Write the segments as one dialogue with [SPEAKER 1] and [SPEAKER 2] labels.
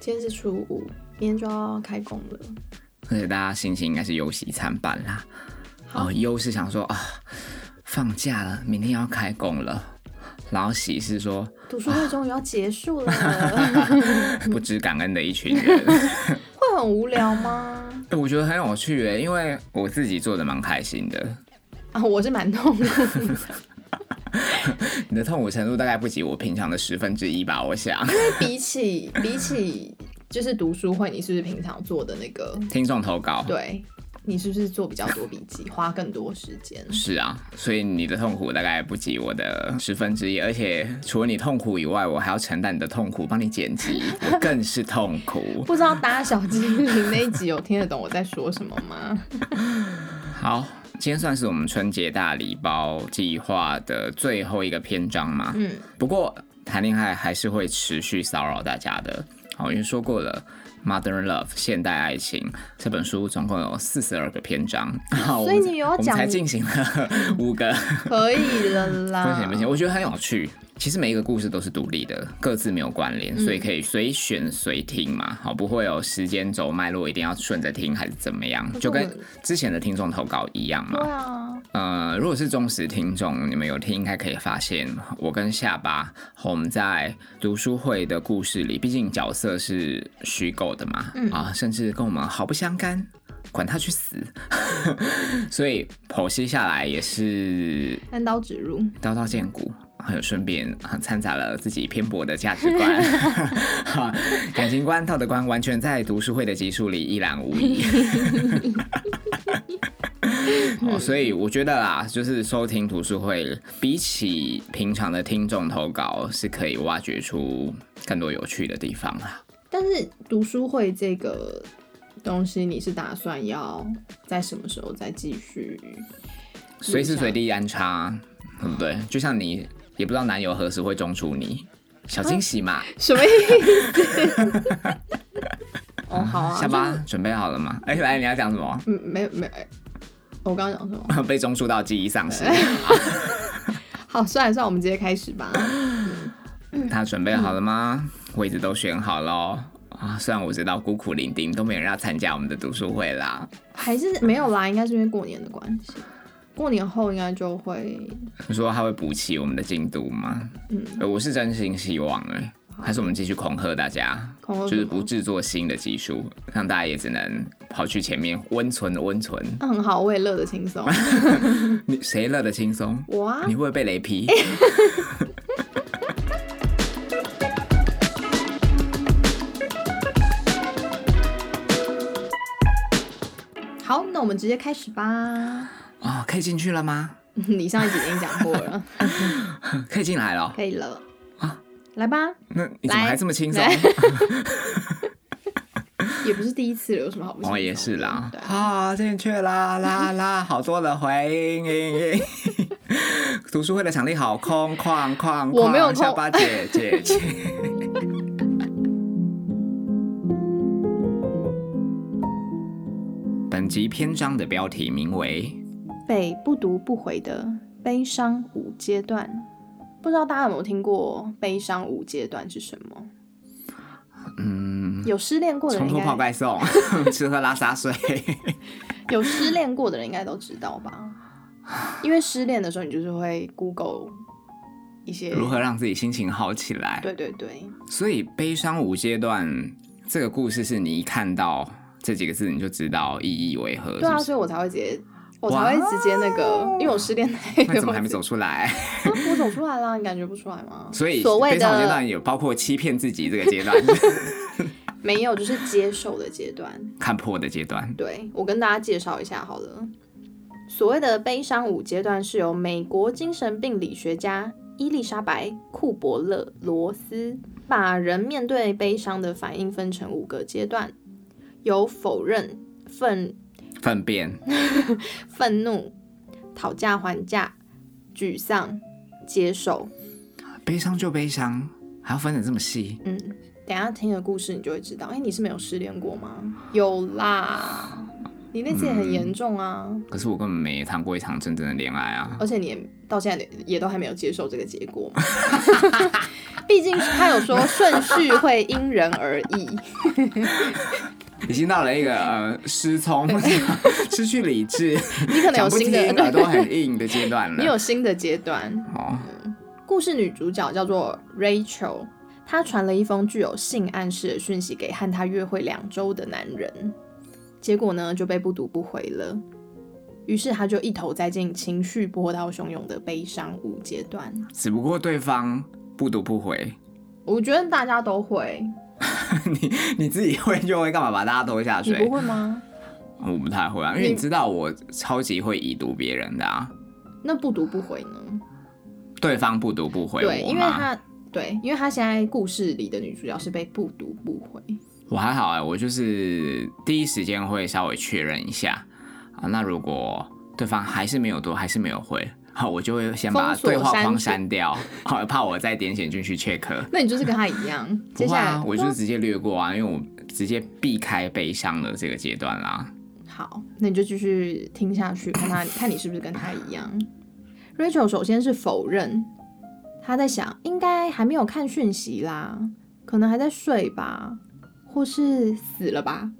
[SPEAKER 1] 今天是初五，明天就要开工了。
[SPEAKER 2] 而且大家心情应该是忧喜参半啦。
[SPEAKER 1] 好
[SPEAKER 2] 哦，忧是想说啊、放假了，明天要开工了。然后喜是说
[SPEAKER 1] 读书会终于要结束 了，
[SPEAKER 2] 不知感恩的一群人，
[SPEAKER 1] 会很无聊吗？
[SPEAKER 2] 我觉得很有趣欸耶，因为我自己做的蛮开心的。
[SPEAKER 1] 啊，我是蛮痛苦的，
[SPEAKER 2] 你的痛苦程度大概不及我平常的十分之一吧，我想。
[SPEAKER 1] 因为 比起比起就是读书会，你是不是平常做的那个？
[SPEAKER 2] 听众投稿，
[SPEAKER 1] 对，你是不是做比较多笔记，花更多时间？
[SPEAKER 2] 是啊，所以你的痛苦大概不及我的十分之一，而且除了你痛苦以外，我还要承担你的痛苦，帮你剪辑，我更是痛苦。
[SPEAKER 1] 不知道大家小精灵那一集有听得懂我在说什么吗？
[SPEAKER 2] 好，今天算是我们春节大礼包计划的最后一个篇章嘛。
[SPEAKER 1] 嗯，
[SPEAKER 2] 不过谈恋爱还是会持续骚扰大家的。好，因为说过了，《Modern Love》现代爱情这本书总共有四十二个篇章，好
[SPEAKER 1] 所以你有
[SPEAKER 2] 我们
[SPEAKER 1] 讲啊
[SPEAKER 2] 才进行 了五个。
[SPEAKER 1] 可以了 啦。
[SPEAKER 2] 不行不行，我觉得很有趣。其实每一个故事都是独立的，各自没有关
[SPEAKER 1] 嗯
[SPEAKER 2] 联，所以可以随选随听嘛，好，不会有时间轴脉络，一定要顺着听还是怎么样，
[SPEAKER 1] 可是
[SPEAKER 2] 就跟
[SPEAKER 1] 我们
[SPEAKER 2] 之前的听众投稿一样
[SPEAKER 1] 对
[SPEAKER 2] 嘛。
[SPEAKER 1] 啊，
[SPEAKER 2] 呃，如果是忠实听众，你们有听应该可以发现，我跟下巴我们在读书会的故事里，毕竟角色是虚构的嘛，
[SPEAKER 1] 嗯
[SPEAKER 2] 啊，甚至跟我们毫不相干，管他去死。 所以剖析下来也是
[SPEAKER 1] 单刀直入，
[SPEAKER 2] 刀刀见骨，还有顺便啊掺杂了自己偏颇的价值观、 哈，感情观、道德观，完全在读书会的集数里一览无 遗。哦，所以我觉得啦，就是收听读书会，比起平常的听众投稿，是可以挖掘出更多有趣的地方啦。
[SPEAKER 1] 但是读书会这个东西，你是打算要在什么时候再继续？
[SPEAKER 2] 随时随地安插，对不对？就像你也不知道男友何时会中出你，小惊喜嘛。
[SPEAKER 1] 什么意 思？哦，好啊，
[SPEAKER 2] 下
[SPEAKER 1] 就
[SPEAKER 2] 巴
[SPEAKER 1] 是。
[SPEAKER 2] 准备好了吗？哎、来，你要讲什么？
[SPEAKER 1] 嗯，没有没有，哎我刚刚讲什么？
[SPEAKER 2] 被中枢到记忆丧失。
[SPEAKER 1] 好，算了算了，我们直接开始吧。
[SPEAKER 2] 他准备好了吗？位置都选好了哦啊！虽然我知道孤苦伶仃，都没有人要参加我们的读书会啦。
[SPEAKER 1] 还是没有啦，应该是因为过年的关系。过年后应该就会，
[SPEAKER 2] 你说他会补齐我们的进度吗？
[SPEAKER 1] 嗯，
[SPEAKER 2] 呃我是真心希望哎、还是我们继续恐吓大家，
[SPEAKER 1] 恐吓
[SPEAKER 2] 就
[SPEAKER 1] 什
[SPEAKER 2] 是
[SPEAKER 1] 么
[SPEAKER 2] 不制作新的技术，让大家也只能跑去前面温存温存。
[SPEAKER 1] 那很好，我也乐得轻 松。
[SPEAKER 2] 你谁乐得轻松？
[SPEAKER 1] 嗯我啊
[SPEAKER 2] 你，会不会被 雷劈？
[SPEAKER 1] 好，那我们直接开始吧。
[SPEAKER 2] 哦，可以进去了吗？嗯
[SPEAKER 1] 你上一集已经讲过了，
[SPEAKER 2] 可以进来了。
[SPEAKER 1] 可以了。
[SPEAKER 2] 啊
[SPEAKER 1] 来吧，
[SPEAKER 2] 那你怎么
[SPEAKER 1] 来
[SPEAKER 2] 还这么轻松？
[SPEAKER 1] 来也不是第一次了，有什么好不？
[SPEAKER 2] 哦，也是啦
[SPEAKER 1] 对，，
[SPEAKER 2] 啊，进去啦啦啦， 好多的回音。读书会的场地好空旷旷，
[SPEAKER 1] 我没有
[SPEAKER 2] 下
[SPEAKER 1] 空
[SPEAKER 2] 巴姐姐 姐。本集篇章的标题名为
[SPEAKER 1] 被不读不回的悲伤五阶段，不知道大家有没有听过悲伤五阶段是什么？
[SPEAKER 2] “嗯，
[SPEAKER 1] 有失恋过的人
[SPEAKER 2] 冲
[SPEAKER 1] 应
[SPEAKER 2] 突泡
[SPEAKER 1] 该
[SPEAKER 2] 盖送，吃喝拉撒睡。
[SPEAKER 1] 有失恋过的人应该都知道吧？因为失恋的时候，你就是会 Google 一些
[SPEAKER 2] 如何让自己心情好起来？
[SPEAKER 1] 对对对，
[SPEAKER 2] 所以悲伤五阶段这个故事，是你一看到这几个字你就知道意义为何，
[SPEAKER 1] 对啊，
[SPEAKER 2] 是
[SPEAKER 1] 所以我才会直接，我才会直接那个，因为我失恋那
[SPEAKER 2] 不是？那
[SPEAKER 1] 个，
[SPEAKER 2] 你怎么还没走出来？
[SPEAKER 1] 我直接？我走出来啦，你感觉不出来吗？
[SPEAKER 2] 所以
[SPEAKER 1] 所谓
[SPEAKER 2] 悲伤五阶
[SPEAKER 1] 的
[SPEAKER 2] 段有包括欺骗自己这个阶段，
[SPEAKER 1] 没有，就是接受的阶段。
[SPEAKER 2] 看破的阶段。
[SPEAKER 1] 对我跟大家介绍一下好了，所谓的悲伤五阶段是由美国精神病理学家伊丽莎白·库伯勒·罗斯把人面对悲伤的反应分成五个阶段，有否认、愤
[SPEAKER 2] 粪便，
[SPEAKER 1] 愤怒、讨价还价、沮丧、接受。
[SPEAKER 2] 悲伤就悲伤，还要分得这么细？
[SPEAKER 1] 嗯，等一下听了故事你就会知道，哎、你是没有失恋过吗？有啦，你那次也很严重啊，
[SPEAKER 2] 可是我根本没谈过一场真正的恋爱啊。
[SPEAKER 1] 而且你也到现在也都还没有接受这个结果嘛。 毕竟他有说顺序会因人而异，
[SPEAKER 2] 已经到了一个呃失聪、 失去 理智、
[SPEAKER 1] 你可能有
[SPEAKER 2] 讲不
[SPEAKER 1] 新
[SPEAKER 2] 听、
[SPEAKER 1] 的，
[SPEAKER 2] 耳朵很硬的阶 段
[SPEAKER 1] 你
[SPEAKER 2] 了。
[SPEAKER 1] 有新的阶段。
[SPEAKER 2] 哦，
[SPEAKER 1] 故事女主角叫做 Rachel，她传了一封具有性暗示的讯息给和她约会两周的男人，结果呢就被不读不回了。于是她就一头栽进情绪波涛汹涌的悲伤五阶段。
[SPEAKER 2] 只不过对方不读不回，
[SPEAKER 1] 我觉得大家都会，
[SPEAKER 2] 你你自己会就会干嘛把大家拖下
[SPEAKER 1] 你不
[SPEAKER 2] 水？
[SPEAKER 1] 会吗？
[SPEAKER 2] 我不太会啊，因
[SPEAKER 1] 你
[SPEAKER 2] 为你知道我超级会已读别人的啊，
[SPEAKER 1] 那不读不回呢？
[SPEAKER 2] 对方不读不回
[SPEAKER 1] 对，
[SPEAKER 2] 我
[SPEAKER 1] 因为
[SPEAKER 2] 嘛。
[SPEAKER 1] 她对，因为她现在故事里的女主角是被不读不回。
[SPEAKER 2] 我还好哎、我就是第一时间会稍微确认一下啊。那如果对方还是没有读，还是没有回， 好，我就会先把
[SPEAKER 1] 封锁
[SPEAKER 2] 对话
[SPEAKER 1] 删
[SPEAKER 2] 框
[SPEAKER 1] 除
[SPEAKER 2] 删掉，好，怕我再点选进去 check。
[SPEAKER 1] 那你就是跟她一样， 接
[SPEAKER 2] 不
[SPEAKER 1] 下
[SPEAKER 2] 会
[SPEAKER 1] 来、
[SPEAKER 2] 啊，我就是直接略过啊，因为我直接避开悲伤的这个阶段啊啦。
[SPEAKER 1] 好，那你就继续听下去，看他看你是不是跟他一样。Rachel 首先是否认，她在想应该还没有看讯息啦，可能还在睡吧，或是死了吧。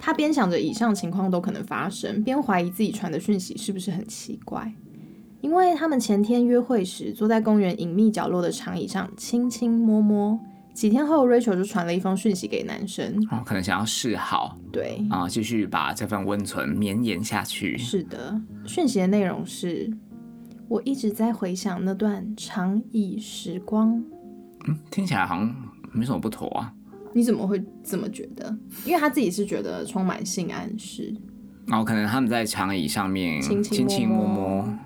[SPEAKER 1] 她边想着以上情况都可能发生，边怀疑自己传的讯息是不是很奇怪，因为他们前天约会时坐在公园隐秘角落的长椅上亲亲摸摸。几天后，Rachel 就传了一封讯息给男生，
[SPEAKER 2] 哦，可能想要示好
[SPEAKER 1] 对，
[SPEAKER 2] 啊，继续把这份温存绵延下去。
[SPEAKER 1] 是的，讯息的内容是：我一直在回想那段长椅时光。
[SPEAKER 2] 听起来好像没什么不妥啊。
[SPEAKER 1] 你怎么会这么觉得？因为他自己是觉得充满性暗示，
[SPEAKER 2] 然后哦可能他们在长椅上面
[SPEAKER 1] 亲亲
[SPEAKER 2] 亲
[SPEAKER 1] 摸
[SPEAKER 2] 摸
[SPEAKER 1] 摸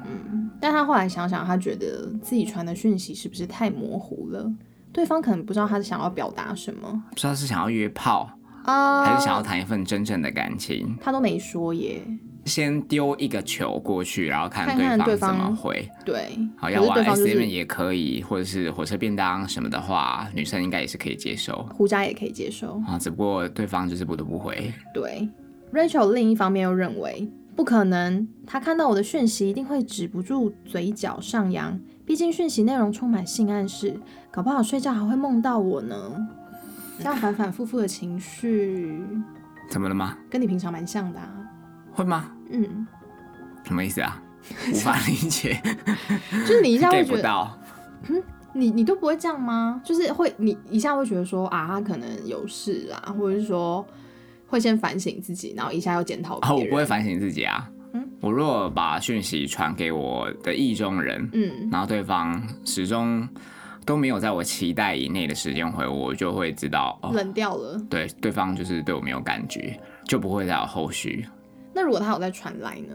[SPEAKER 1] 但他后来想想，他觉得自己传的讯息是不是太模糊了？对方可能不知道他想要表达什么
[SPEAKER 2] 不知道是想要约炮，
[SPEAKER 1] 啊
[SPEAKER 2] 还是想要谈一份真正的感情。
[SPEAKER 1] 他都没说耶。
[SPEAKER 2] 先丢一个球过去，然后看
[SPEAKER 1] 看看对
[SPEAKER 2] 对
[SPEAKER 1] 方
[SPEAKER 2] 方怎么回。
[SPEAKER 1] 对，
[SPEAKER 2] 好，
[SPEAKER 1] 可
[SPEAKER 2] 要
[SPEAKER 1] 是对
[SPEAKER 2] 玩
[SPEAKER 1] 方
[SPEAKER 2] S
[SPEAKER 1] 就
[SPEAKER 2] M
[SPEAKER 1] 是
[SPEAKER 2] 也可以，或者是火车便当什么的话，女生应该也是可以接受
[SPEAKER 1] 胡渣也可以接受。
[SPEAKER 2] 啊。只不过对方就是不读不回。
[SPEAKER 1] 对，Rachel 另一方面又认为不可能，他看到我的讯息一定会止不住嘴角上扬，毕竟讯息内容充满性暗示，搞不好睡觉还会梦到我呢。这样反反复复的情绪，
[SPEAKER 2] 怎么了吗？
[SPEAKER 1] 跟你平常蛮像的、啊。
[SPEAKER 2] 会吗？
[SPEAKER 1] 嗯，
[SPEAKER 2] 什么意思啊？无法理 解
[SPEAKER 1] 就是你一下会
[SPEAKER 2] ，get
[SPEAKER 1] 觉
[SPEAKER 2] 不
[SPEAKER 1] 得，
[SPEAKER 2] 到。
[SPEAKER 1] 你你都不会这样吗？就是会，你一下会觉得说啊，他可能有事啦，或者是说会先反省自己，然后一下又检讨别
[SPEAKER 2] 哦，
[SPEAKER 1] 人。
[SPEAKER 2] 我不会反省自己啊。
[SPEAKER 1] 嗯
[SPEAKER 2] 我如果把讯息传给我的意中人，
[SPEAKER 1] 嗯，
[SPEAKER 2] 然后对方始终都没有在我期待以内的时间回我，我就会知道哦，
[SPEAKER 1] 冷掉了。
[SPEAKER 2] 对，对方就是对我没有感觉，就不会再有后续
[SPEAKER 1] 那如果他有在传来呢？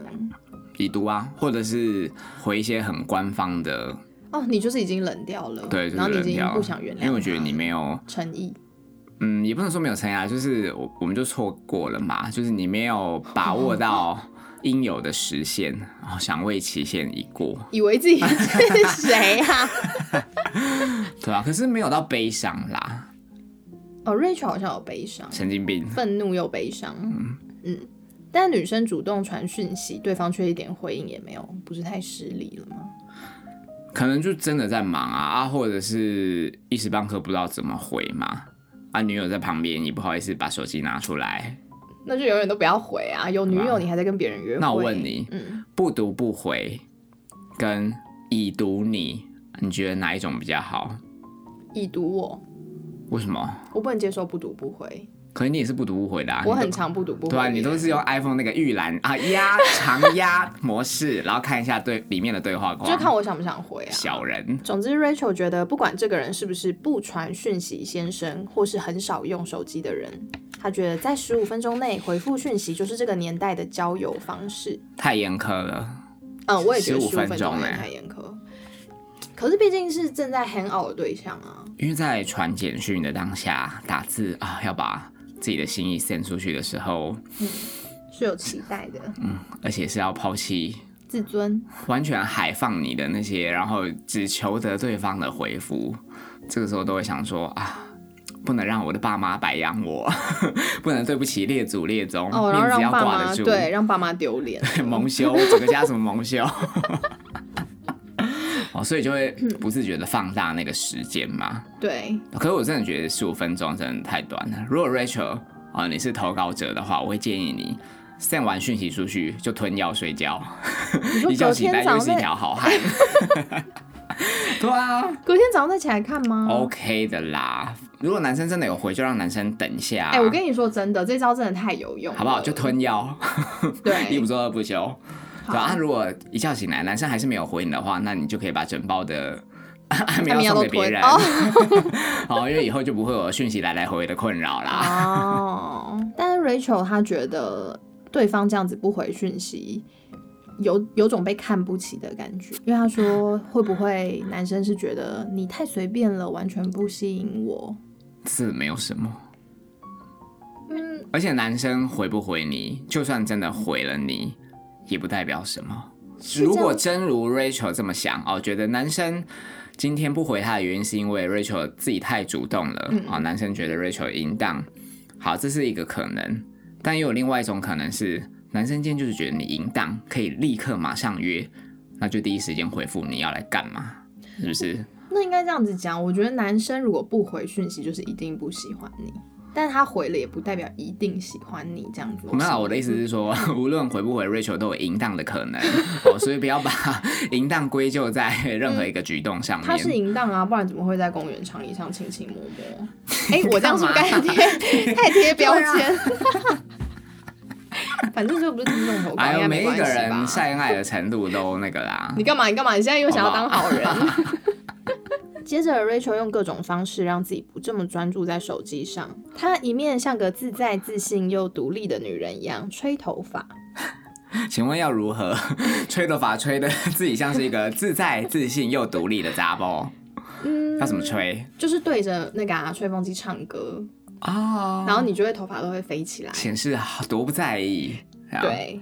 [SPEAKER 2] 已读啊，或者是回一些很官方的，
[SPEAKER 1] 哦，你就是已经冷掉了，
[SPEAKER 2] 对，就
[SPEAKER 1] 然后
[SPEAKER 2] 是
[SPEAKER 1] 你已
[SPEAKER 2] 冷
[SPEAKER 1] 经
[SPEAKER 2] 掉
[SPEAKER 1] 不想原谅他了，
[SPEAKER 2] 因为我觉得你没有，
[SPEAKER 1] 诚意，
[SPEAKER 2] 嗯，也不能说没有参加，就是我我们就错过了嘛，就是你没有把 握到应有的时限，然后想为期限已过，
[SPEAKER 1] 以为自己 是谁啊？
[SPEAKER 2] 对啊，可是没有到悲伤啦，
[SPEAKER 1] 哦，Rachel 好像有悲伤，
[SPEAKER 2] 神经病，
[SPEAKER 1] 愤怒又悲伤，嗯但女生主动传讯息，对方却一点回应也没有，不是太失礼了吗？
[SPEAKER 2] 可能就真的在忙啊啊，或者是一时半刻不知道怎么回嘛。啊，女友在旁边，你不好意思把手机拿出来，
[SPEAKER 1] 那就永远都不要回啊！有女友你还在跟别人约会，
[SPEAKER 2] 那我问你
[SPEAKER 1] 嗯，
[SPEAKER 2] 不读不回，跟已读你，你觉得哪一种比较好？
[SPEAKER 1] 已读我，
[SPEAKER 2] 为什么？
[SPEAKER 1] 我不能接受不读不回，
[SPEAKER 2] 可是你也是不读不回的、啊，
[SPEAKER 1] 我很
[SPEAKER 2] 你都
[SPEAKER 1] 常不读不回，
[SPEAKER 2] 对啊，你都是用 iPhone 那个预览啊压长压模式，然后看一下对里面的对话框，
[SPEAKER 1] 就看我想不想回啊。
[SPEAKER 2] 小人
[SPEAKER 1] 总之，Rachel 觉得，不管这个人是不是不传讯息先生，或是很少用手机的人，她觉得在十五分钟内回复讯息就是这个年代的交友方式。
[SPEAKER 2] 太严苛了。
[SPEAKER 1] 嗯，我也觉得十
[SPEAKER 2] 15
[SPEAKER 1] 五分钟
[SPEAKER 2] 分钟
[SPEAKER 1] 内
[SPEAKER 2] 欸
[SPEAKER 1] 太严苛。可是毕竟是正在 hang out 的对象啊，
[SPEAKER 2] 因为在传简讯的当下，打字啊要把自己的心意 send 出去的时候，
[SPEAKER 1] 是有期待的，
[SPEAKER 2] 而且是要抛弃
[SPEAKER 1] 自尊。
[SPEAKER 2] 完全海放你的那些，然后只求得对方的回复，这个时候都会想说啊，不能让我的爸妈白养我， 不能对不起列祖列宗，
[SPEAKER 1] 哦，然后
[SPEAKER 2] 嗯面子
[SPEAKER 1] 让
[SPEAKER 2] 要
[SPEAKER 1] 爸
[SPEAKER 2] 挂
[SPEAKER 1] 妈
[SPEAKER 2] 得住，
[SPEAKER 1] 对，让爸妈丢脸。
[SPEAKER 2] 蒙羞，整个家族蒙羞。 哦，所以就会不自觉的放大那个时间嘛。
[SPEAKER 1] 对，
[SPEAKER 2] 可是我真的觉得十五分钟真的太短了。如果 Rachel 啊、呃你是投稿者的话，我会建议你 send 完讯息出去就吞药睡觉，
[SPEAKER 1] 你说
[SPEAKER 2] 一觉
[SPEAKER 1] 隔
[SPEAKER 2] 醒
[SPEAKER 1] 天
[SPEAKER 2] 来
[SPEAKER 1] 早
[SPEAKER 2] 又是一
[SPEAKER 1] 上再
[SPEAKER 2] 条好汉。 对啊
[SPEAKER 1] 隔天早上再起来看吗？
[SPEAKER 2] ，OK 的啦。如果男生真的有回，就让男生等一下。啊
[SPEAKER 1] 哎、我跟你说真的，这招真的太有用了，
[SPEAKER 2] 好不好？就吞药，一不
[SPEAKER 1] 对，
[SPEAKER 2] 做二不休。
[SPEAKER 1] 哎好
[SPEAKER 2] 对啊，如果一觉醒来男生还是没有回你的话，那你就可以把整包的 安眠
[SPEAKER 1] 安眠药
[SPEAKER 2] 药送
[SPEAKER 1] 都
[SPEAKER 2] 给别
[SPEAKER 1] 吞
[SPEAKER 2] 人，
[SPEAKER 1] 哦
[SPEAKER 2] 好，因为以后就不会有讯息来来回回的困扰啦。
[SPEAKER 1] 哦，但是 Rachel 她觉得对方这样子不回讯息，有有种被看不起的感觉，因为她说会不会男生是觉得你太随便了，完全不吸引我？
[SPEAKER 2] 这没有什么，
[SPEAKER 1] 嗯，
[SPEAKER 2] 而且男生回不回你，就算真的回了你，也不代表什么。
[SPEAKER 1] 这
[SPEAKER 2] 如
[SPEAKER 1] 样
[SPEAKER 2] 果真如 Rachel 这么想哦，觉得男生今天不回他的原因是因为 Rachel 自己太主动了啊、
[SPEAKER 1] 嗯
[SPEAKER 2] 哦，男生觉得 Rachel 淫荡，好，这是一个可能，但也有另外一种可能是，男生今天就是觉得你淫荡，可以立刻马上约，那就第一时间回复你要来干嘛，是不是？
[SPEAKER 1] 那应该这样子讲，我觉得男生如果不回讯息，就是一定不喜欢你。但他回了也不代表一定喜欢你这样子。
[SPEAKER 2] 没有，我的意思是说，
[SPEAKER 1] 嗯
[SPEAKER 2] 无论回不回 Rachel 都有淫荡的可能， 哦，所以不要把淫荡归咎在任何一个举动上
[SPEAKER 1] 他是
[SPEAKER 2] 面。
[SPEAKER 1] 淫荡啊，不然怎么会在公园长椅上亲亲摸摸？ 哎、我这样是不是该贴 太贴标签？ 反正就不是听众投稿，
[SPEAKER 2] 啊哎
[SPEAKER 1] 应
[SPEAKER 2] 呦，
[SPEAKER 1] 该
[SPEAKER 2] 每
[SPEAKER 1] 没
[SPEAKER 2] 一
[SPEAKER 1] 关
[SPEAKER 2] 个
[SPEAKER 1] 系吧
[SPEAKER 2] 人？晒恩爱的程度都那个啦
[SPEAKER 1] 你。干嘛？你干嘛？你现在又想要当
[SPEAKER 2] 好
[SPEAKER 1] 好人？ 接着，Rachel 用各种方式让自己不这么专注在手机上。她一面像个自在、自信又独立的女人一样吹头发，
[SPEAKER 2] 请问要如何 吹头发吹的自己像是一个自在、自信又独立的杂包？
[SPEAKER 1] 嗯
[SPEAKER 2] 要怎么吹
[SPEAKER 1] 就是对着那个、啊、吹风机唱歌，
[SPEAKER 2] 啊？
[SPEAKER 1] 然后你就会头发都会飞起来。
[SPEAKER 2] 显示多不在意。啊，
[SPEAKER 1] 对，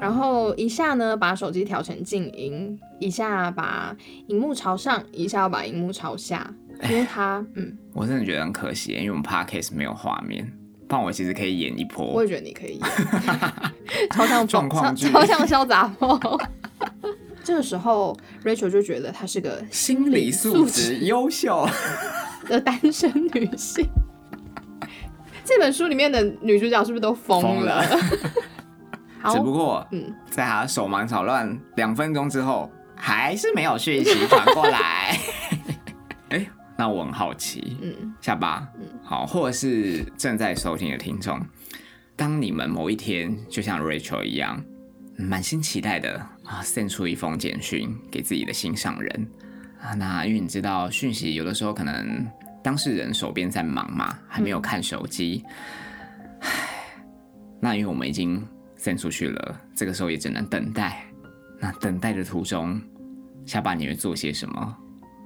[SPEAKER 1] 然后一下呢把手机调成静音，一下把荧幕朝上，一下要把荧幕朝下，
[SPEAKER 2] 哎
[SPEAKER 1] 因为它，嗯，
[SPEAKER 2] 我真的觉得很可惜，因为我们 podcast 没有画面，不然我其实可以演一波。
[SPEAKER 1] 我也觉得你可 以演，超像
[SPEAKER 2] 状况剧
[SPEAKER 1] 超超像潇洒 风。这个时候，Rachel 就觉得她是个
[SPEAKER 2] 心理素质优秀。
[SPEAKER 1] 的单身女性。这本书里面的女主角是不是都疯
[SPEAKER 2] 疯了
[SPEAKER 1] 好
[SPEAKER 2] 只，不过，
[SPEAKER 1] 嗯
[SPEAKER 2] 在他手忙脚乱两分钟之后，还是没有讯息传过来。哎、那我很好奇，
[SPEAKER 1] 嗯，
[SPEAKER 2] 下巴，好，或者是正在收听的听众，当你们某一天就像 Rachel 一样，满心期待的啊，send 出一封简讯给自己的心上人啊，那因为你知道讯息有的时候可能当事人手边在忙嘛，还没有看手机，唉那因为我们已经 send 出去了，这个时候也只能等待。那等待的途中，下巴你会做些什么？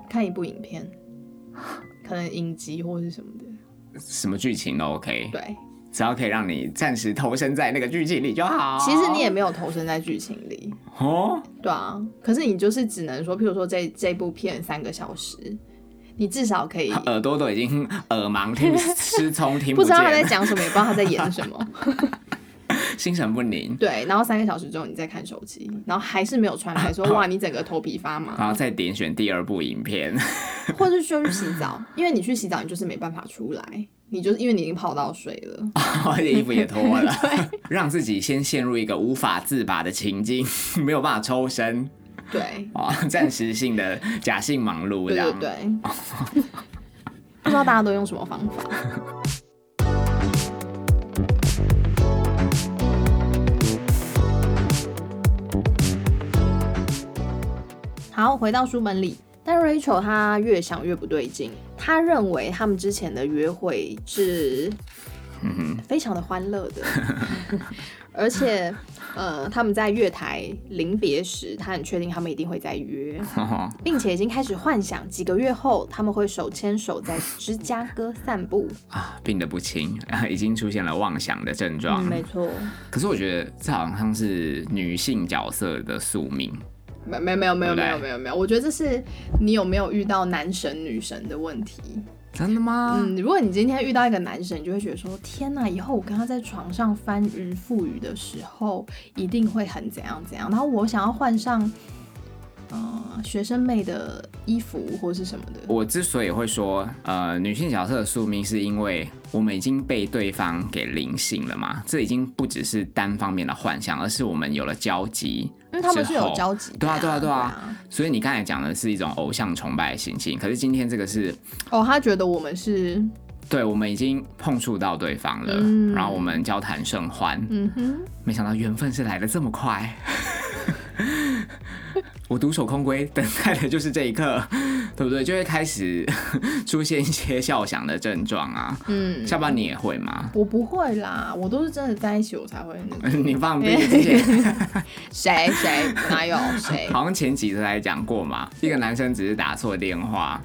[SPEAKER 1] 看一部影片，可能影集或是什么的，
[SPEAKER 2] 什么剧情都 OK。
[SPEAKER 1] 对。
[SPEAKER 2] 只要可以让你暂时投身在那个剧情里就好。
[SPEAKER 1] 其实你也没有投身在剧情里，
[SPEAKER 2] 哦，
[SPEAKER 1] 对啊。可是你就是只能说，譬如说这这部片三个小时，你至少可以
[SPEAKER 2] 耳朵都已经呃耳盲听失聪听
[SPEAKER 1] 不知
[SPEAKER 2] 见，
[SPEAKER 1] 道他在讲什么，也不知道他在演什么，
[SPEAKER 2] 心神不宁，
[SPEAKER 1] 对。然后三个小时之后你再看手机，然后还是没有传来 说哇，你整个头皮发麻，
[SPEAKER 2] 然后再点选第二部 影片。
[SPEAKER 1] 或者是说去洗澡，因为你去洗澡你就是没办法出来，你就是因为你已经泡到水了，
[SPEAKER 2] 而且衣服也脱了，让自己先陷入一个无法自拔的情境， 没有办法抽身
[SPEAKER 1] 对，
[SPEAKER 2] 啊，哦暂时性的假性忙碌这
[SPEAKER 1] 对
[SPEAKER 2] 样。
[SPEAKER 1] 对对， 不知道大家都用什么方法。好，回到书本里，但 Rachel 她越想越不对劲，她认为他们之前的约会是
[SPEAKER 2] 嗯哼，
[SPEAKER 1] 非常的欢乐 的，而且呃，他们在月台临别时，她很确定他们一定会再约。
[SPEAKER 2] 呵呵
[SPEAKER 1] 并且已经开始幻想几个月后他们会手牵手在芝加哥散步。
[SPEAKER 2] 啊，病得不轻， 已经出现了妄想的症状。
[SPEAKER 1] 嗯，没错，
[SPEAKER 2] 可是我觉得这好像是女性角色的宿命。
[SPEAKER 1] 没没没有没有
[SPEAKER 2] 对
[SPEAKER 1] 没
[SPEAKER 2] 不
[SPEAKER 1] 有
[SPEAKER 2] 对
[SPEAKER 1] 没有没有，我觉得这是你有没有遇到男神女神的问题。
[SPEAKER 2] 真的吗？
[SPEAKER 1] 嗯，如果你今天遇到一个男生，你就会觉得说：天哪，以后我跟他在床上翻云覆雨的时候，一定会很怎样怎样。然后我想要换上，呃，学生妹的衣服或是什么的。
[SPEAKER 2] 我之所以会说，呃，女性角色的宿命，是因为我们已经被对方给灵性了嘛？这已经不只是单方面的幻想，而是我们有了交集。
[SPEAKER 1] 因嗯为他们是有交集的、
[SPEAKER 2] 对啊，对啊，对
[SPEAKER 1] 对
[SPEAKER 2] 啊。。所以你刚才讲的是一种偶像崇拜的心情，可是今天这个是
[SPEAKER 1] 哦，他觉得我们是，
[SPEAKER 2] 对我们已经碰触到对方了，
[SPEAKER 1] 嗯
[SPEAKER 2] 然后我们交谈甚欢，
[SPEAKER 1] 嗯哼，
[SPEAKER 2] 没想到缘分是来的这么快。 我独守空闺，等待的就是这一刻，对不对？就会开始 出现一些笑想的症状啊。
[SPEAKER 1] 嗯，
[SPEAKER 2] 下班你也会吗？
[SPEAKER 1] 我不会啦，我都是真的在一起我才会那 个。
[SPEAKER 2] 你放屁！之前
[SPEAKER 1] 谁谁哪有谁？
[SPEAKER 2] 好像前几次还讲 过嘛，一个男生只是打错电话，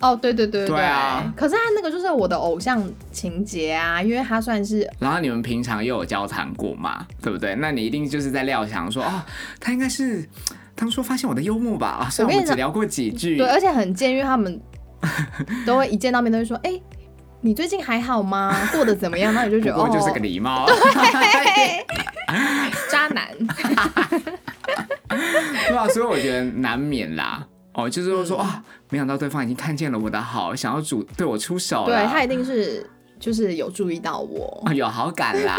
[SPEAKER 1] 哦，对对对对
[SPEAKER 2] 对啊
[SPEAKER 1] 可是他那个就是我的偶像情节啊，因为他算是
[SPEAKER 2] 然后你们平常又有交谈过嘛，对不对？那你一定就是在料想说，哦，他应该是当初发现我的幽默吧？啊，虽然
[SPEAKER 1] 我
[SPEAKER 2] 我
[SPEAKER 1] 跟
[SPEAKER 2] 们
[SPEAKER 1] 你
[SPEAKER 2] 只
[SPEAKER 1] 讲
[SPEAKER 2] 聊过几句
[SPEAKER 1] 对，，而且很贱，因为他们都会一见到面都会 说，哎、你最近还好吗？过得怎么样？那你就觉
[SPEAKER 2] 不
[SPEAKER 1] 得
[SPEAKER 2] 过
[SPEAKER 1] 哦，
[SPEAKER 2] 就是个礼貌。
[SPEAKER 1] 渣男。
[SPEAKER 2] 对啊，所以我觉得难免啦。哦，就是说
[SPEAKER 1] 嗯
[SPEAKER 2] 说啊，没想到对方已经看见了我的好，想要主对我出手
[SPEAKER 1] 对
[SPEAKER 2] 了，
[SPEAKER 1] 他一定是就是有注意到我，
[SPEAKER 2] 哦有好感 啦。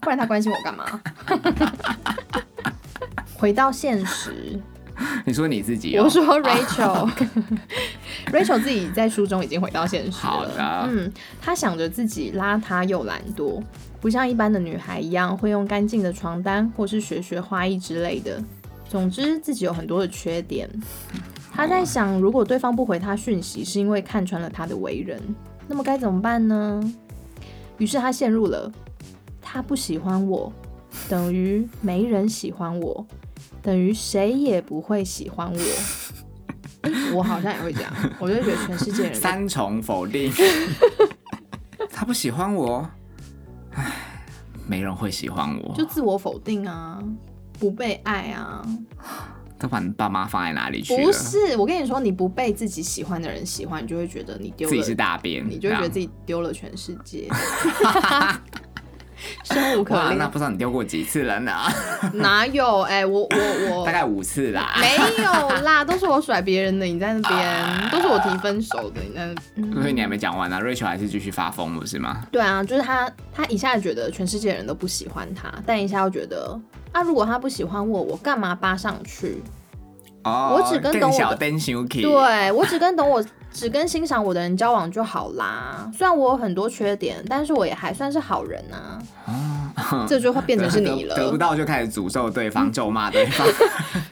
[SPEAKER 1] 不然他关心我干嘛？ 回到现实，
[SPEAKER 2] 你说你自己、哦，
[SPEAKER 1] 我说 Rachel，Rachel 自己在书中已经回到现实
[SPEAKER 2] 好
[SPEAKER 1] 了。
[SPEAKER 2] 的
[SPEAKER 1] 嗯，她想着自己邋遢又懒惰，不像一般的女孩一样会用干净的床单或是学学花艺之类的。总之，自己有很多的缺点。
[SPEAKER 2] 啊
[SPEAKER 1] 她在想，如果对方不回她讯息，是因为看穿了她的为人，那么该怎么办呢？于是她陷入了他不喜欢我，等于没人喜欢我，等于谁也不会喜欢我。 诶我好像也会这样，我就觉得全世界人都
[SPEAKER 2] 三重否 定。他不喜欢我，唉，没人会喜欢我
[SPEAKER 1] 就。自我否定啊，不被爱啊。
[SPEAKER 2] 都把你爸妈放在哪里去了？
[SPEAKER 1] 不是，我跟你说，你不被自己喜欢的人喜欢，你就会觉得你丢
[SPEAKER 2] 自己是啊
[SPEAKER 1] 了，
[SPEAKER 2] 大便，
[SPEAKER 1] 你就会觉得自
[SPEAKER 2] 己
[SPEAKER 1] 己丢了全世 界，生无可
[SPEAKER 2] 哇，那
[SPEAKER 1] 恋。
[SPEAKER 2] 不知道你丢过几次了呢？
[SPEAKER 1] 哪有？哎、我我 我
[SPEAKER 2] 大概五次啦。
[SPEAKER 1] 没有啦，都是我甩别人的，你在那边，都是我提分手的，你在那边。嗯
[SPEAKER 2] 所以你还没讲完呢、啊、，Rachel 还是继续发疯，不是吗？
[SPEAKER 1] 对啊，就是他，他一下觉得全世界人都不喜欢他，但一下又觉得，啊，如果他不喜欢我，我干嘛扒上去？
[SPEAKER 2] 哦，
[SPEAKER 1] 我只跟懂我的
[SPEAKER 2] 邓小灯 s k
[SPEAKER 1] 对我只跟懂我，只跟欣赏我的人交往就好啦。虽然我有很多缺点，但是我也还算是好人啊。这就会变成是你
[SPEAKER 2] 嗯 啊得得不
[SPEAKER 1] 了，
[SPEAKER 2] 到就开始诅咒对方、咒骂对方。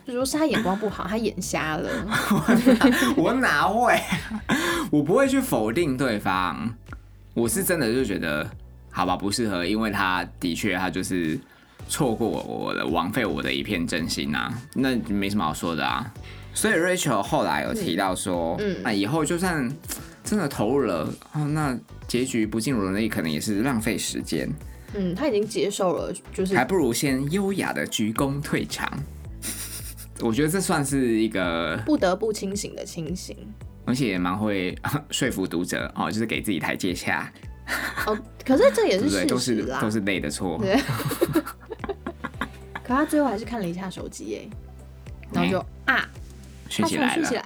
[SPEAKER 1] 就说是他眼光不好，他眼瞎了。
[SPEAKER 2] 我哪会？ 我不会去否定对方，我是真的就觉得，好吧，不适合，因为他的确他就是错过我我的，枉费我的一片真心啊，那没什么好说的啊。所以 Rachel 后来有提到说，
[SPEAKER 1] 嗯嗯
[SPEAKER 2] 那以后就算真的投入了，哦，那结局不尽如人意，可能也是浪费时间，
[SPEAKER 1] 嗯，他已经接受了，就是
[SPEAKER 2] 还不如先优雅的鞠躬退场。 我觉得这算是一个
[SPEAKER 1] 不得不清醒的清醒。
[SPEAKER 2] 而且也蛮会 说服读者哦，就是给自己台阶下，
[SPEAKER 1] 哦，可是这也
[SPEAKER 2] 对
[SPEAKER 1] 是
[SPEAKER 2] 不对？
[SPEAKER 1] 事
[SPEAKER 2] 都
[SPEAKER 1] 实啊
[SPEAKER 2] 是
[SPEAKER 1] 啦。
[SPEAKER 2] 都是累的错，
[SPEAKER 1] 对。可他最后还是看了一下手机耶，然后就啊，
[SPEAKER 2] 学
[SPEAKER 1] 他
[SPEAKER 2] 嗯起
[SPEAKER 1] 重
[SPEAKER 2] 来
[SPEAKER 1] 新
[SPEAKER 2] 了
[SPEAKER 1] 起，来。？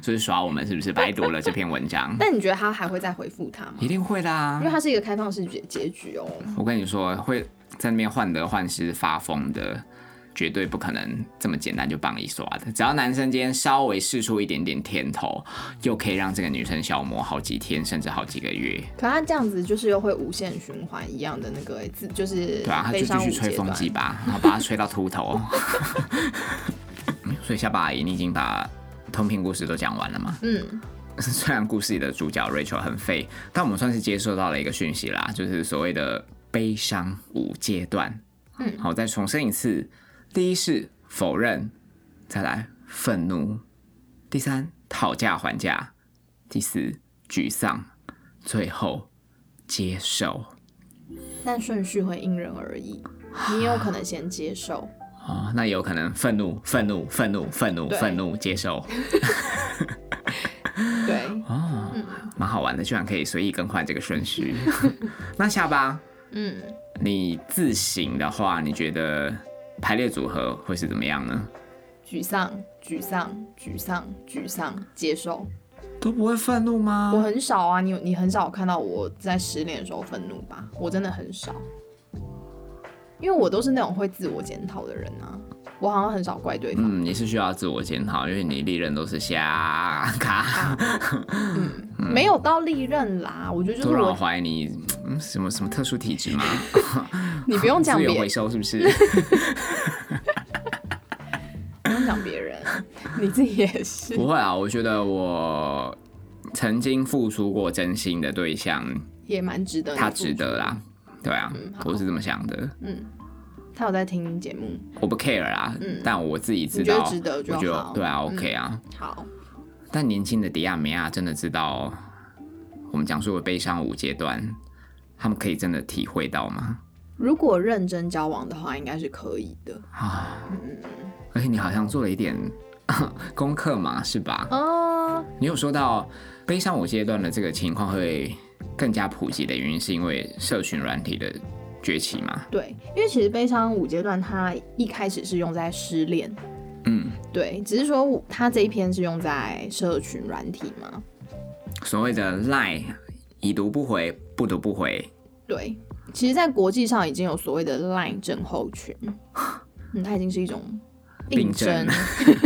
[SPEAKER 2] 就是耍我们是不是白读了这篇文 章
[SPEAKER 1] 但你觉得他还会再回复他吗？
[SPEAKER 2] 一定会的啊
[SPEAKER 1] 因为！它是一个开放式结结局哦。
[SPEAKER 2] 我跟你说，会在那边患得患失、发疯的，绝对不可能这么简单就帮你刷的。只要男生今天稍微试出一点点甜头，又可以让这个女生消磨好几天，甚至好几个月，
[SPEAKER 1] 可他这样子就是又会无限循环一样的那个字，就是
[SPEAKER 2] 对啊，他就
[SPEAKER 1] 悲
[SPEAKER 2] 继
[SPEAKER 1] 伤
[SPEAKER 2] 续
[SPEAKER 1] 五
[SPEAKER 2] 吹
[SPEAKER 1] 阶
[SPEAKER 2] 风
[SPEAKER 1] 段。
[SPEAKER 2] 机吧，然后把它吹到秃头。 所以下巴阿姨，你已经把通篇故事都讲完了吗？
[SPEAKER 1] 嗯，
[SPEAKER 2] 虽然故事里的主角 Rachel 很废，但我们算是接受到了一个讯息啦，就是所谓的悲伤五阶段。
[SPEAKER 1] 嗯
[SPEAKER 2] 好，再重申一次：第一是否认，再来愤怒，第三讨价还价，第四沮丧，最后接受。
[SPEAKER 1] 但顺序会因人而 异，你也有可能先接受。
[SPEAKER 2] 哦，那有可能愤怒、愤怒、愤怒、愤怒、
[SPEAKER 1] 对
[SPEAKER 2] 愤怒，接受。
[SPEAKER 1] 对，
[SPEAKER 2] 哦，蛮好玩的，居然可以随意更换这个 顺序。那下巴，
[SPEAKER 1] 嗯，
[SPEAKER 2] 你自省的话，你觉得排列组合会是怎么样呢？
[SPEAKER 1] 沮丧，沮丧，沮丧，沮丧，接受。
[SPEAKER 2] 都不会愤怒吗
[SPEAKER 1] 我很少啊，你有你很少看到我在失恋的时候愤怒吧？我真的很少，因为我都是那种会自我检讨的人啊，我好像很少怪对方。
[SPEAKER 2] 嗯，你是需要自我检讨，因为你历任都是瞎
[SPEAKER 1] 啊
[SPEAKER 2] 卡，嗯
[SPEAKER 1] 没有到利刃啦，我觉得就
[SPEAKER 2] 都
[SPEAKER 1] 是
[SPEAKER 2] 让我
[SPEAKER 1] 我，
[SPEAKER 2] 怀疑你嗯什么什么特殊 体质吗？
[SPEAKER 1] 你不用讲
[SPEAKER 2] 资
[SPEAKER 1] 别
[SPEAKER 2] 源回
[SPEAKER 1] 人，
[SPEAKER 2] 收是不是？
[SPEAKER 1] 不用讲别 人，你自己也是。
[SPEAKER 2] 不会啊，我觉得我曾经付出过真心的对象，
[SPEAKER 1] 也蛮值得你付出。嗯
[SPEAKER 2] 他值得啦。对啊，
[SPEAKER 1] 好
[SPEAKER 2] 我是这么想的，
[SPEAKER 1] 他有在听节目，
[SPEAKER 2] 我不 care 啦，但我自己知
[SPEAKER 1] 嗯你觉
[SPEAKER 2] 道，
[SPEAKER 1] 得值得就
[SPEAKER 2] 我觉得
[SPEAKER 1] 好嗯
[SPEAKER 2] 对啊，OK 啊。
[SPEAKER 1] 好，
[SPEAKER 2] 但年轻的迪亚梅亚真的知道，我们讲述的悲伤五阶段，他们可以真的体会到吗？
[SPEAKER 1] 如果认真交往的话，应该是可以的。
[SPEAKER 2] 啊，而且你好像做了一点 功课嘛，是吧？
[SPEAKER 1] 啊，
[SPEAKER 2] 你有说到悲伤五阶段的这个情况会更加普及的原因，是因为社群软体的崛起嘛？
[SPEAKER 1] 对，因为其实悲伤五阶段，它一开始是用在失恋，
[SPEAKER 2] 嗯，
[SPEAKER 1] 对，只是说我它这一篇是用在社群软体嘛，
[SPEAKER 2] 所谓的赖已读不回，不读不回，
[SPEAKER 1] 对，其实，在国际上已经有所谓的 Line 症候群， 嗯，它已经是一种
[SPEAKER 2] 病
[SPEAKER 1] 症
[SPEAKER 2] 症，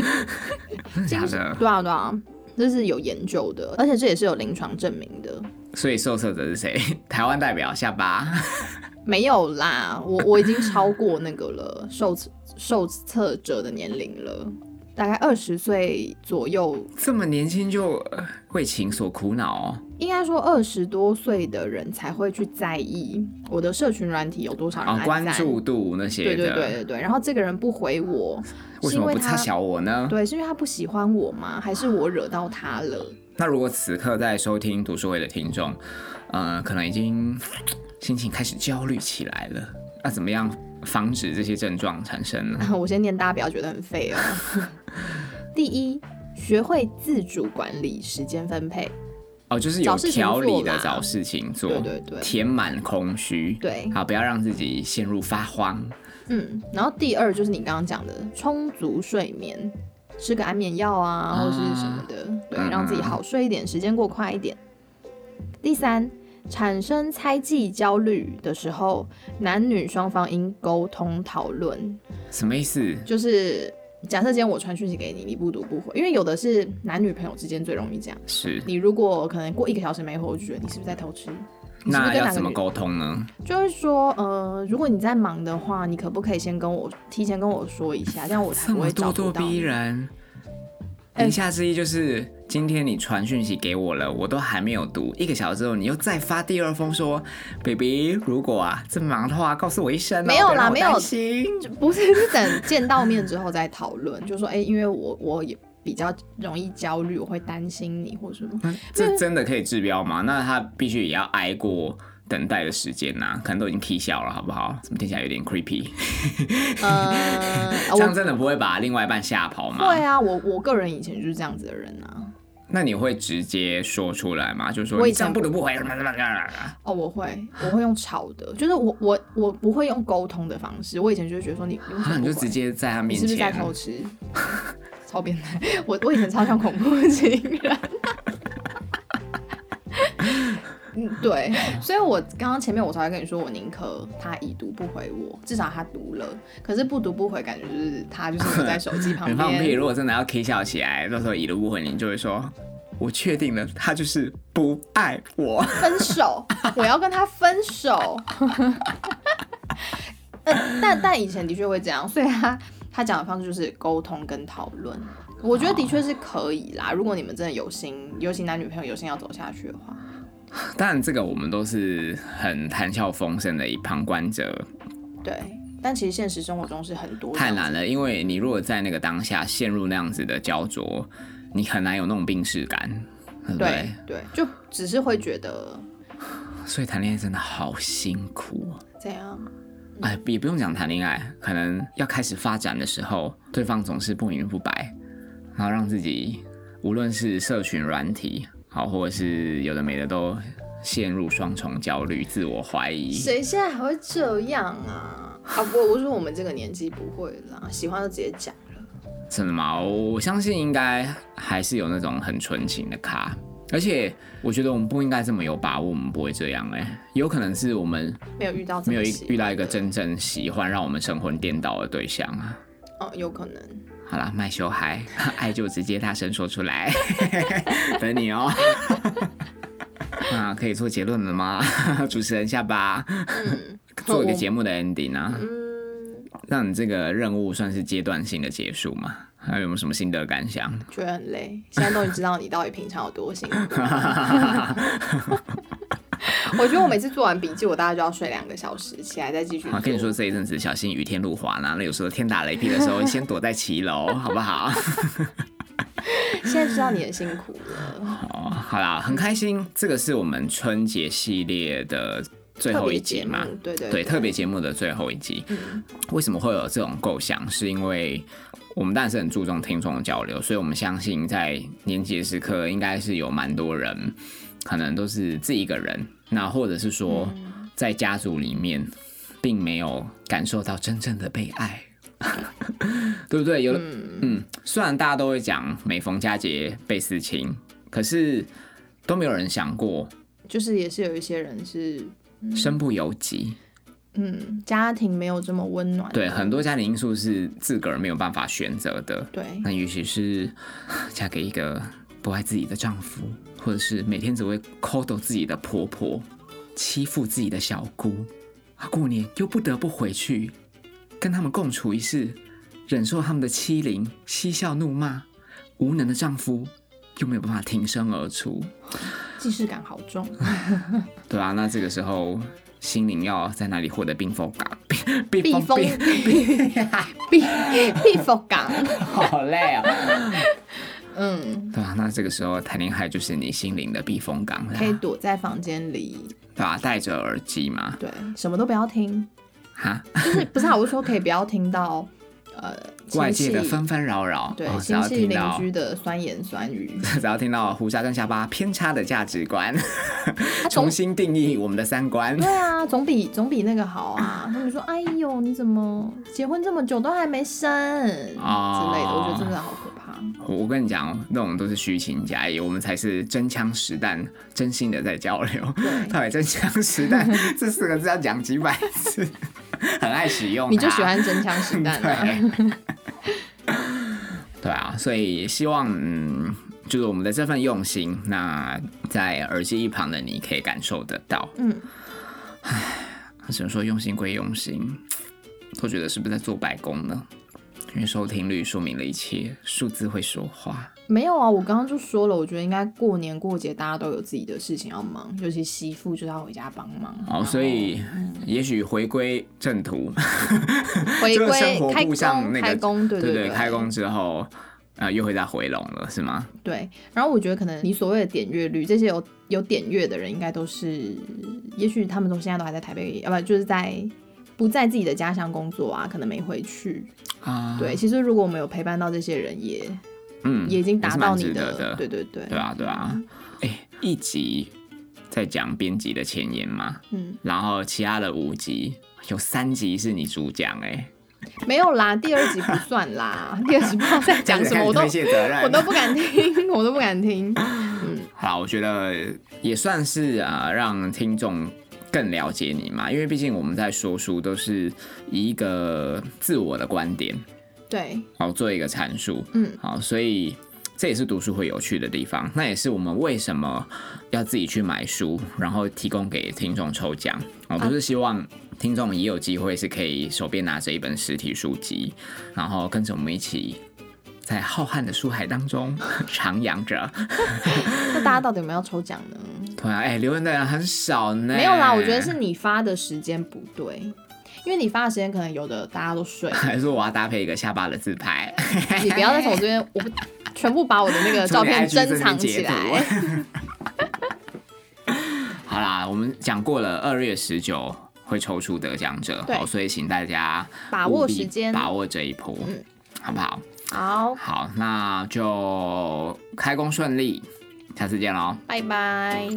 [SPEAKER 2] 真的假的？
[SPEAKER 1] 对啊对啊，这是有研究的，而且这也是有临床证明的。
[SPEAKER 2] 所以受测者是谁？ 台湾代表下巴。
[SPEAKER 1] 没有啦，我我已经超过那个了，受测受测者的年龄了，大概二十岁左右，
[SPEAKER 2] 这么年轻就呃为情所苦恼、哦，
[SPEAKER 1] 应该说二十多岁的人才会去在意我的社群软体有多少人
[SPEAKER 2] 啊，
[SPEAKER 1] 按
[SPEAKER 2] 关
[SPEAKER 1] 赞
[SPEAKER 2] 注度那些
[SPEAKER 1] 对对
[SPEAKER 2] 的，
[SPEAKER 1] 对对对，然后这个人不回我，是
[SPEAKER 2] 为什
[SPEAKER 1] 因
[SPEAKER 2] 么
[SPEAKER 1] 为
[SPEAKER 2] 不
[SPEAKER 1] 他
[SPEAKER 2] 差小我呢？
[SPEAKER 1] 对，是因为他不喜欢我吗？还是我惹到他了？
[SPEAKER 2] 那如果此刻在收听读书会的听众，呃，可能已经心情开始焦虑起来了，那怎么样防止这些症状产生呢？
[SPEAKER 1] 我先念，大家不要觉得很废哦。 第一，学会自主管理时间分配。
[SPEAKER 2] 哦，就是
[SPEAKER 1] 找
[SPEAKER 2] 有
[SPEAKER 1] 事情
[SPEAKER 2] 条理
[SPEAKER 1] 做
[SPEAKER 2] 的
[SPEAKER 1] 啦
[SPEAKER 2] 找事情做，
[SPEAKER 1] 对对对
[SPEAKER 2] 填满空虚，
[SPEAKER 1] 对
[SPEAKER 2] 好，不要让自己陷入发慌。
[SPEAKER 1] 嗯，然后第二就是你刚刚讲的充足睡眠，吃个安眠药啊，或是什么的，对，
[SPEAKER 2] 嗯
[SPEAKER 1] 让自己好睡一点，时间过快一点。第三，产生猜忌焦虑的时候，男女双方应沟通讨论，
[SPEAKER 2] 什么意思？
[SPEAKER 1] 就是假设今天我传讯息给你，你不读不回，因为有的是男女朋友之间最容易这样。
[SPEAKER 2] 是
[SPEAKER 1] 你如果可能过一个小时没回，我就觉得你是不是在偷吃？你是不是
[SPEAKER 2] 那
[SPEAKER 1] 跟
[SPEAKER 2] 要
[SPEAKER 1] 哪个
[SPEAKER 2] 怎么
[SPEAKER 1] 女？
[SPEAKER 2] 沟通呢？
[SPEAKER 1] 就是说，呃，如果你在忙的话，你可不可以先跟我提前跟我说一下，这样我才
[SPEAKER 2] 这
[SPEAKER 1] 不
[SPEAKER 2] 么
[SPEAKER 1] 会找
[SPEAKER 2] 咄
[SPEAKER 1] 不
[SPEAKER 2] 咄
[SPEAKER 1] 到
[SPEAKER 2] 逼
[SPEAKER 1] 你。
[SPEAKER 2] 人。
[SPEAKER 1] 哎
[SPEAKER 2] 言下之意就是，今天你传讯息给我了，我都还没有读，一个小时之后你又再发第二封说，baby，如果啊这么忙的话，告诉我一声、哦，
[SPEAKER 1] 没有啦
[SPEAKER 2] 不要
[SPEAKER 1] 没有嗯
[SPEAKER 2] 让我担心
[SPEAKER 1] 不是，是等见到面之后再讨论，就说，哎、因为我我也比较容易焦虑，我会担心你或什么。
[SPEAKER 2] 那这真的可以治标吗？那他必须也要挨过等待的时间呐、可能都已经 K 笑了，好不好？怎么听起来有点 creepy？、
[SPEAKER 1] 呃，
[SPEAKER 2] 嗯 这样
[SPEAKER 1] 我
[SPEAKER 2] 真的不会把另外一半吓跑吗？
[SPEAKER 1] 会啊，我我个人以前就是这样子的人啊。
[SPEAKER 2] 那你会直接说出来吗？就是说
[SPEAKER 1] 我以
[SPEAKER 2] 你这样
[SPEAKER 1] 前
[SPEAKER 2] 不得不回，啊
[SPEAKER 1] 哦，我会，我会用吵的，就是我我我不会用沟通的方式。我以前就会觉得说你，你为什
[SPEAKER 2] 啊，
[SPEAKER 1] 么
[SPEAKER 2] 你
[SPEAKER 1] 不
[SPEAKER 2] 就
[SPEAKER 1] 回
[SPEAKER 2] 直接在他
[SPEAKER 1] 你
[SPEAKER 2] 面
[SPEAKER 1] 是不是
[SPEAKER 2] 前
[SPEAKER 1] 在偷吃？超变态！我我以前超像恐怖情人。 嗯，对，所以我刚刚前面我才会跟你说，我宁可他已读不回我，至少他读了，可是不读不回，感觉就是他就是有在手机旁
[SPEAKER 2] 很放屁。
[SPEAKER 1] 边。
[SPEAKER 2] 如果真的要 K 笑起来，到时候已读不回，你就会说：“我确定了，他就是不爱 我。
[SPEAKER 1] 分手，我要跟他分手。 呃但但以前的确会这样，所以他他讲的方式就是沟通跟讨论，我觉得的确是可以啦。如果你们真的有心，尤其男女朋友有心要走下去的话，”
[SPEAKER 2] 当然，这个我们都是很谈笑风生的一旁观者，
[SPEAKER 1] 对。但其实现实生活中是很多
[SPEAKER 2] 太
[SPEAKER 1] 这样
[SPEAKER 2] 难了。因为你如果在那个当下陷入那样子的焦灼，你很难有那种病逝感，对不对？
[SPEAKER 1] 对对，就只是会觉得
[SPEAKER 2] 所以谈恋爱真的好辛苦哦。
[SPEAKER 1] 怎样？
[SPEAKER 2] 哎，也不用讲谈恋爱，可能要开始发展的时候，对方总是不明不白，然后让自己无论是社群软体，好，或者是有的没的，都陷入双重焦虑、自我怀疑。
[SPEAKER 1] 谁现在还会这样啊？啊，不过我说我们这个年纪不会啦，喜欢就直接讲了。
[SPEAKER 2] 真的吗？我我相信应该还是有那种很纯情的咖，而且我觉得我们不应该这么有把握，我们不会这样哎、有可能是我们
[SPEAKER 1] 没有遇到这
[SPEAKER 2] 没有
[SPEAKER 1] 么
[SPEAKER 2] 一
[SPEAKER 1] 喜欢
[SPEAKER 2] 遇到一个
[SPEAKER 1] 的
[SPEAKER 2] 真正喜欢让我们神魂颠倒的对象啊。
[SPEAKER 1] 哦，有可能。
[SPEAKER 2] 好啦，卖羞 嗨，爱就直接大声说 出来，等你哦。那可以做结论了吗？ 主持人下巴，
[SPEAKER 1] 嗯
[SPEAKER 2] 做一个节目的 ending 啊，
[SPEAKER 1] 嗯，
[SPEAKER 2] 让你这个任务算是阶段性的结束嘛？还有没有什么心得感想？
[SPEAKER 1] 觉得很累。现在终于知道你到底平常有多辛苦。 我觉得我每次做完笔记，我大概就要睡两个小时，起来再继续做。
[SPEAKER 2] 我啊跟你说，这一阵子小心雨天路滑啦。那有时候天打雷劈的时候，先躲在骑楼，好 不好？
[SPEAKER 1] 现在知道你很辛苦了。
[SPEAKER 2] 哦，好啦，很开心，这个是我们春节系列的 最
[SPEAKER 1] 特
[SPEAKER 2] 后
[SPEAKER 1] 别
[SPEAKER 2] 一集
[SPEAKER 1] 节目
[SPEAKER 2] 嘛。，
[SPEAKER 1] 对对嗯
[SPEAKER 2] 对，特别节目的最后一集，为什么会有这种构想？是因为我们当然是很注重听众的交流，所以我们相信在年节时刻，应该是有蛮多人可能都是自己一个人，那或者是说
[SPEAKER 1] 嗯
[SPEAKER 2] 在家族里面，并没有感受到真正的被爱。 对不对？有嗯虽然大家都会讲每逢佳节倍思亲，可是都没有人想过
[SPEAKER 1] 就是也是有一些人是，
[SPEAKER 2] 身不由己。
[SPEAKER 1] 嗯，家庭没有这么温暖。
[SPEAKER 2] 对，很多家庭因素是自个儿没有办法选择的。
[SPEAKER 1] 对，
[SPEAKER 2] 那也许是嫁给一个不爱自己的丈夫，或者是每天只会抠斗自己的婆婆，欺负自己的小姑，啊过年又不得不回去跟他们共处一室，忍受他们的欺凌、嬉笑怒骂，无能的丈夫又没有办法挺身而出，
[SPEAKER 1] 既视感好 重。
[SPEAKER 2] 对啊，那这个时候心灵要在哪里获得避风港？避
[SPEAKER 1] 避风
[SPEAKER 2] 避
[SPEAKER 1] 避 避风港。
[SPEAKER 2] 好累啊、
[SPEAKER 1] 嗯，
[SPEAKER 2] 对啊，那这个时候谈恋爱就是你心灵的避风港啦，
[SPEAKER 1] 可以躲在房间里，
[SPEAKER 2] 对啊，戴着耳机嘛，
[SPEAKER 1] 对，什么都不要听。
[SPEAKER 2] 哈，
[SPEAKER 1] 就是不是啊？我是说可以不要听到呃
[SPEAKER 2] 外界的
[SPEAKER 1] 亲戚
[SPEAKER 2] 纷纷扰扰，
[SPEAKER 1] 对
[SPEAKER 2] 哦只
[SPEAKER 1] 亲
[SPEAKER 2] 要
[SPEAKER 1] 戚
[SPEAKER 2] 听
[SPEAKER 1] 邻
[SPEAKER 2] 到，
[SPEAKER 1] 居的酸言酸 语，
[SPEAKER 2] 只要听到胡渣跟下巴偏差的价值观，
[SPEAKER 1] 啊他总
[SPEAKER 2] 重新定义我们的三观
[SPEAKER 1] 对。啊，总比总比那个好啊。他们说：“哎呦，你怎么结婚这么久都还没生、
[SPEAKER 2] 哦
[SPEAKER 1] 之类的？”我觉得真的好可怕。
[SPEAKER 2] 我我跟你讲，那种都是虚情假意，我们才是真枪实弹、真心的在交流。
[SPEAKER 1] 对，
[SPEAKER 2] 到底真枪实弹这四个字要讲几百次， 很爱使用它。
[SPEAKER 1] 你就喜欢真枪实弹啊。
[SPEAKER 2] 啊 对， 对啊，所以希望嗯，就是我们的这份用心，那在耳机一旁的你可以感受得到。
[SPEAKER 1] 嗯，
[SPEAKER 2] 只能说用心归用心，都觉得是不是在做白工呢？因为收听率说明了一切，数字会说话。
[SPEAKER 1] 没有啊，我刚刚就说了，我觉得应该过年过节大家都有自己的事情要忙，尤其媳妇就是要回家帮忙。啊
[SPEAKER 2] 好，哦所以也许回归正途，
[SPEAKER 1] 回
[SPEAKER 2] 就是生
[SPEAKER 1] 归
[SPEAKER 2] 活
[SPEAKER 1] 开
[SPEAKER 2] 步向
[SPEAKER 1] 工，
[SPEAKER 2] 那个
[SPEAKER 1] 开工，对
[SPEAKER 2] 对
[SPEAKER 1] 对，
[SPEAKER 2] 开工之后，呃，又会再回笼了，是吗？
[SPEAKER 1] 对，然后我觉得可能你所谓的点阅率，这些有有点阅的人，应该都是，也许他们都现在都还在台北，啊不就是在不在自己的家乡工作啊，可能没回去。
[SPEAKER 2] 啊，
[SPEAKER 1] 对，，其实如果我们有陪伴到这些人也，也、
[SPEAKER 2] 嗯，
[SPEAKER 1] 已经达
[SPEAKER 2] 是
[SPEAKER 1] 到
[SPEAKER 2] 蛮
[SPEAKER 1] 你
[SPEAKER 2] 值得的
[SPEAKER 1] 对对对，
[SPEAKER 2] 对啊，对啊，哎、一集在讲编辑的前言嘛，
[SPEAKER 1] 嗯，
[SPEAKER 2] 然后其他的五集有三集是你主讲、哎，
[SPEAKER 1] 没有啦，第二集不算啦，第二集不知 道在讲什么，我都
[SPEAKER 2] 开始推卸责任，
[SPEAKER 1] 我都不敢听， 我都不敢听。
[SPEAKER 2] 好，我觉得也算是啊、呃让听众更了解你嘛，因为毕竟我们在说书都是以一个自我的观点，
[SPEAKER 1] 对，
[SPEAKER 2] 好做一个阐述，
[SPEAKER 1] 嗯，
[SPEAKER 2] 好，所以这也是读书会有趣的地方，那也是我们为什么要自己去买书，然后提供给听众抽奖，我
[SPEAKER 1] 啊
[SPEAKER 2] 不是希望。听众也有机会是可以手边拿着一本实体书籍，然后跟着我们一起在浩瀚的书海当中 徜徉着。
[SPEAKER 1] 那大家到底有没有抽奖呢？
[SPEAKER 2] 对啊，哎、留言的人很少呢。
[SPEAKER 1] 没有啦，我觉得是你发的时间不对，因为你发的时间可能有的大家都睡了。
[SPEAKER 2] 还是我要搭配一个下巴的自拍，
[SPEAKER 1] 你不要再从我这边，我全部把我的那 个照片珍藏起来。
[SPEAKER 2] 好啦，我们讲过了，二月十九会抽出得奖者，
[SPEAKER 1] 对
[SPEAKER 2] 好，所以请大家
[SPEAKER 1] 把握
[SPEAKER 2] 务必
[SPEAKER 1] 时间嗯
[SPEAKER 2] 把握这一波，好不好？
[SPEAKER 1] 好，
[SPEAKER 2] 好，那就开工顺利，下次见喽。
[SPEAKER 1] 拜拜。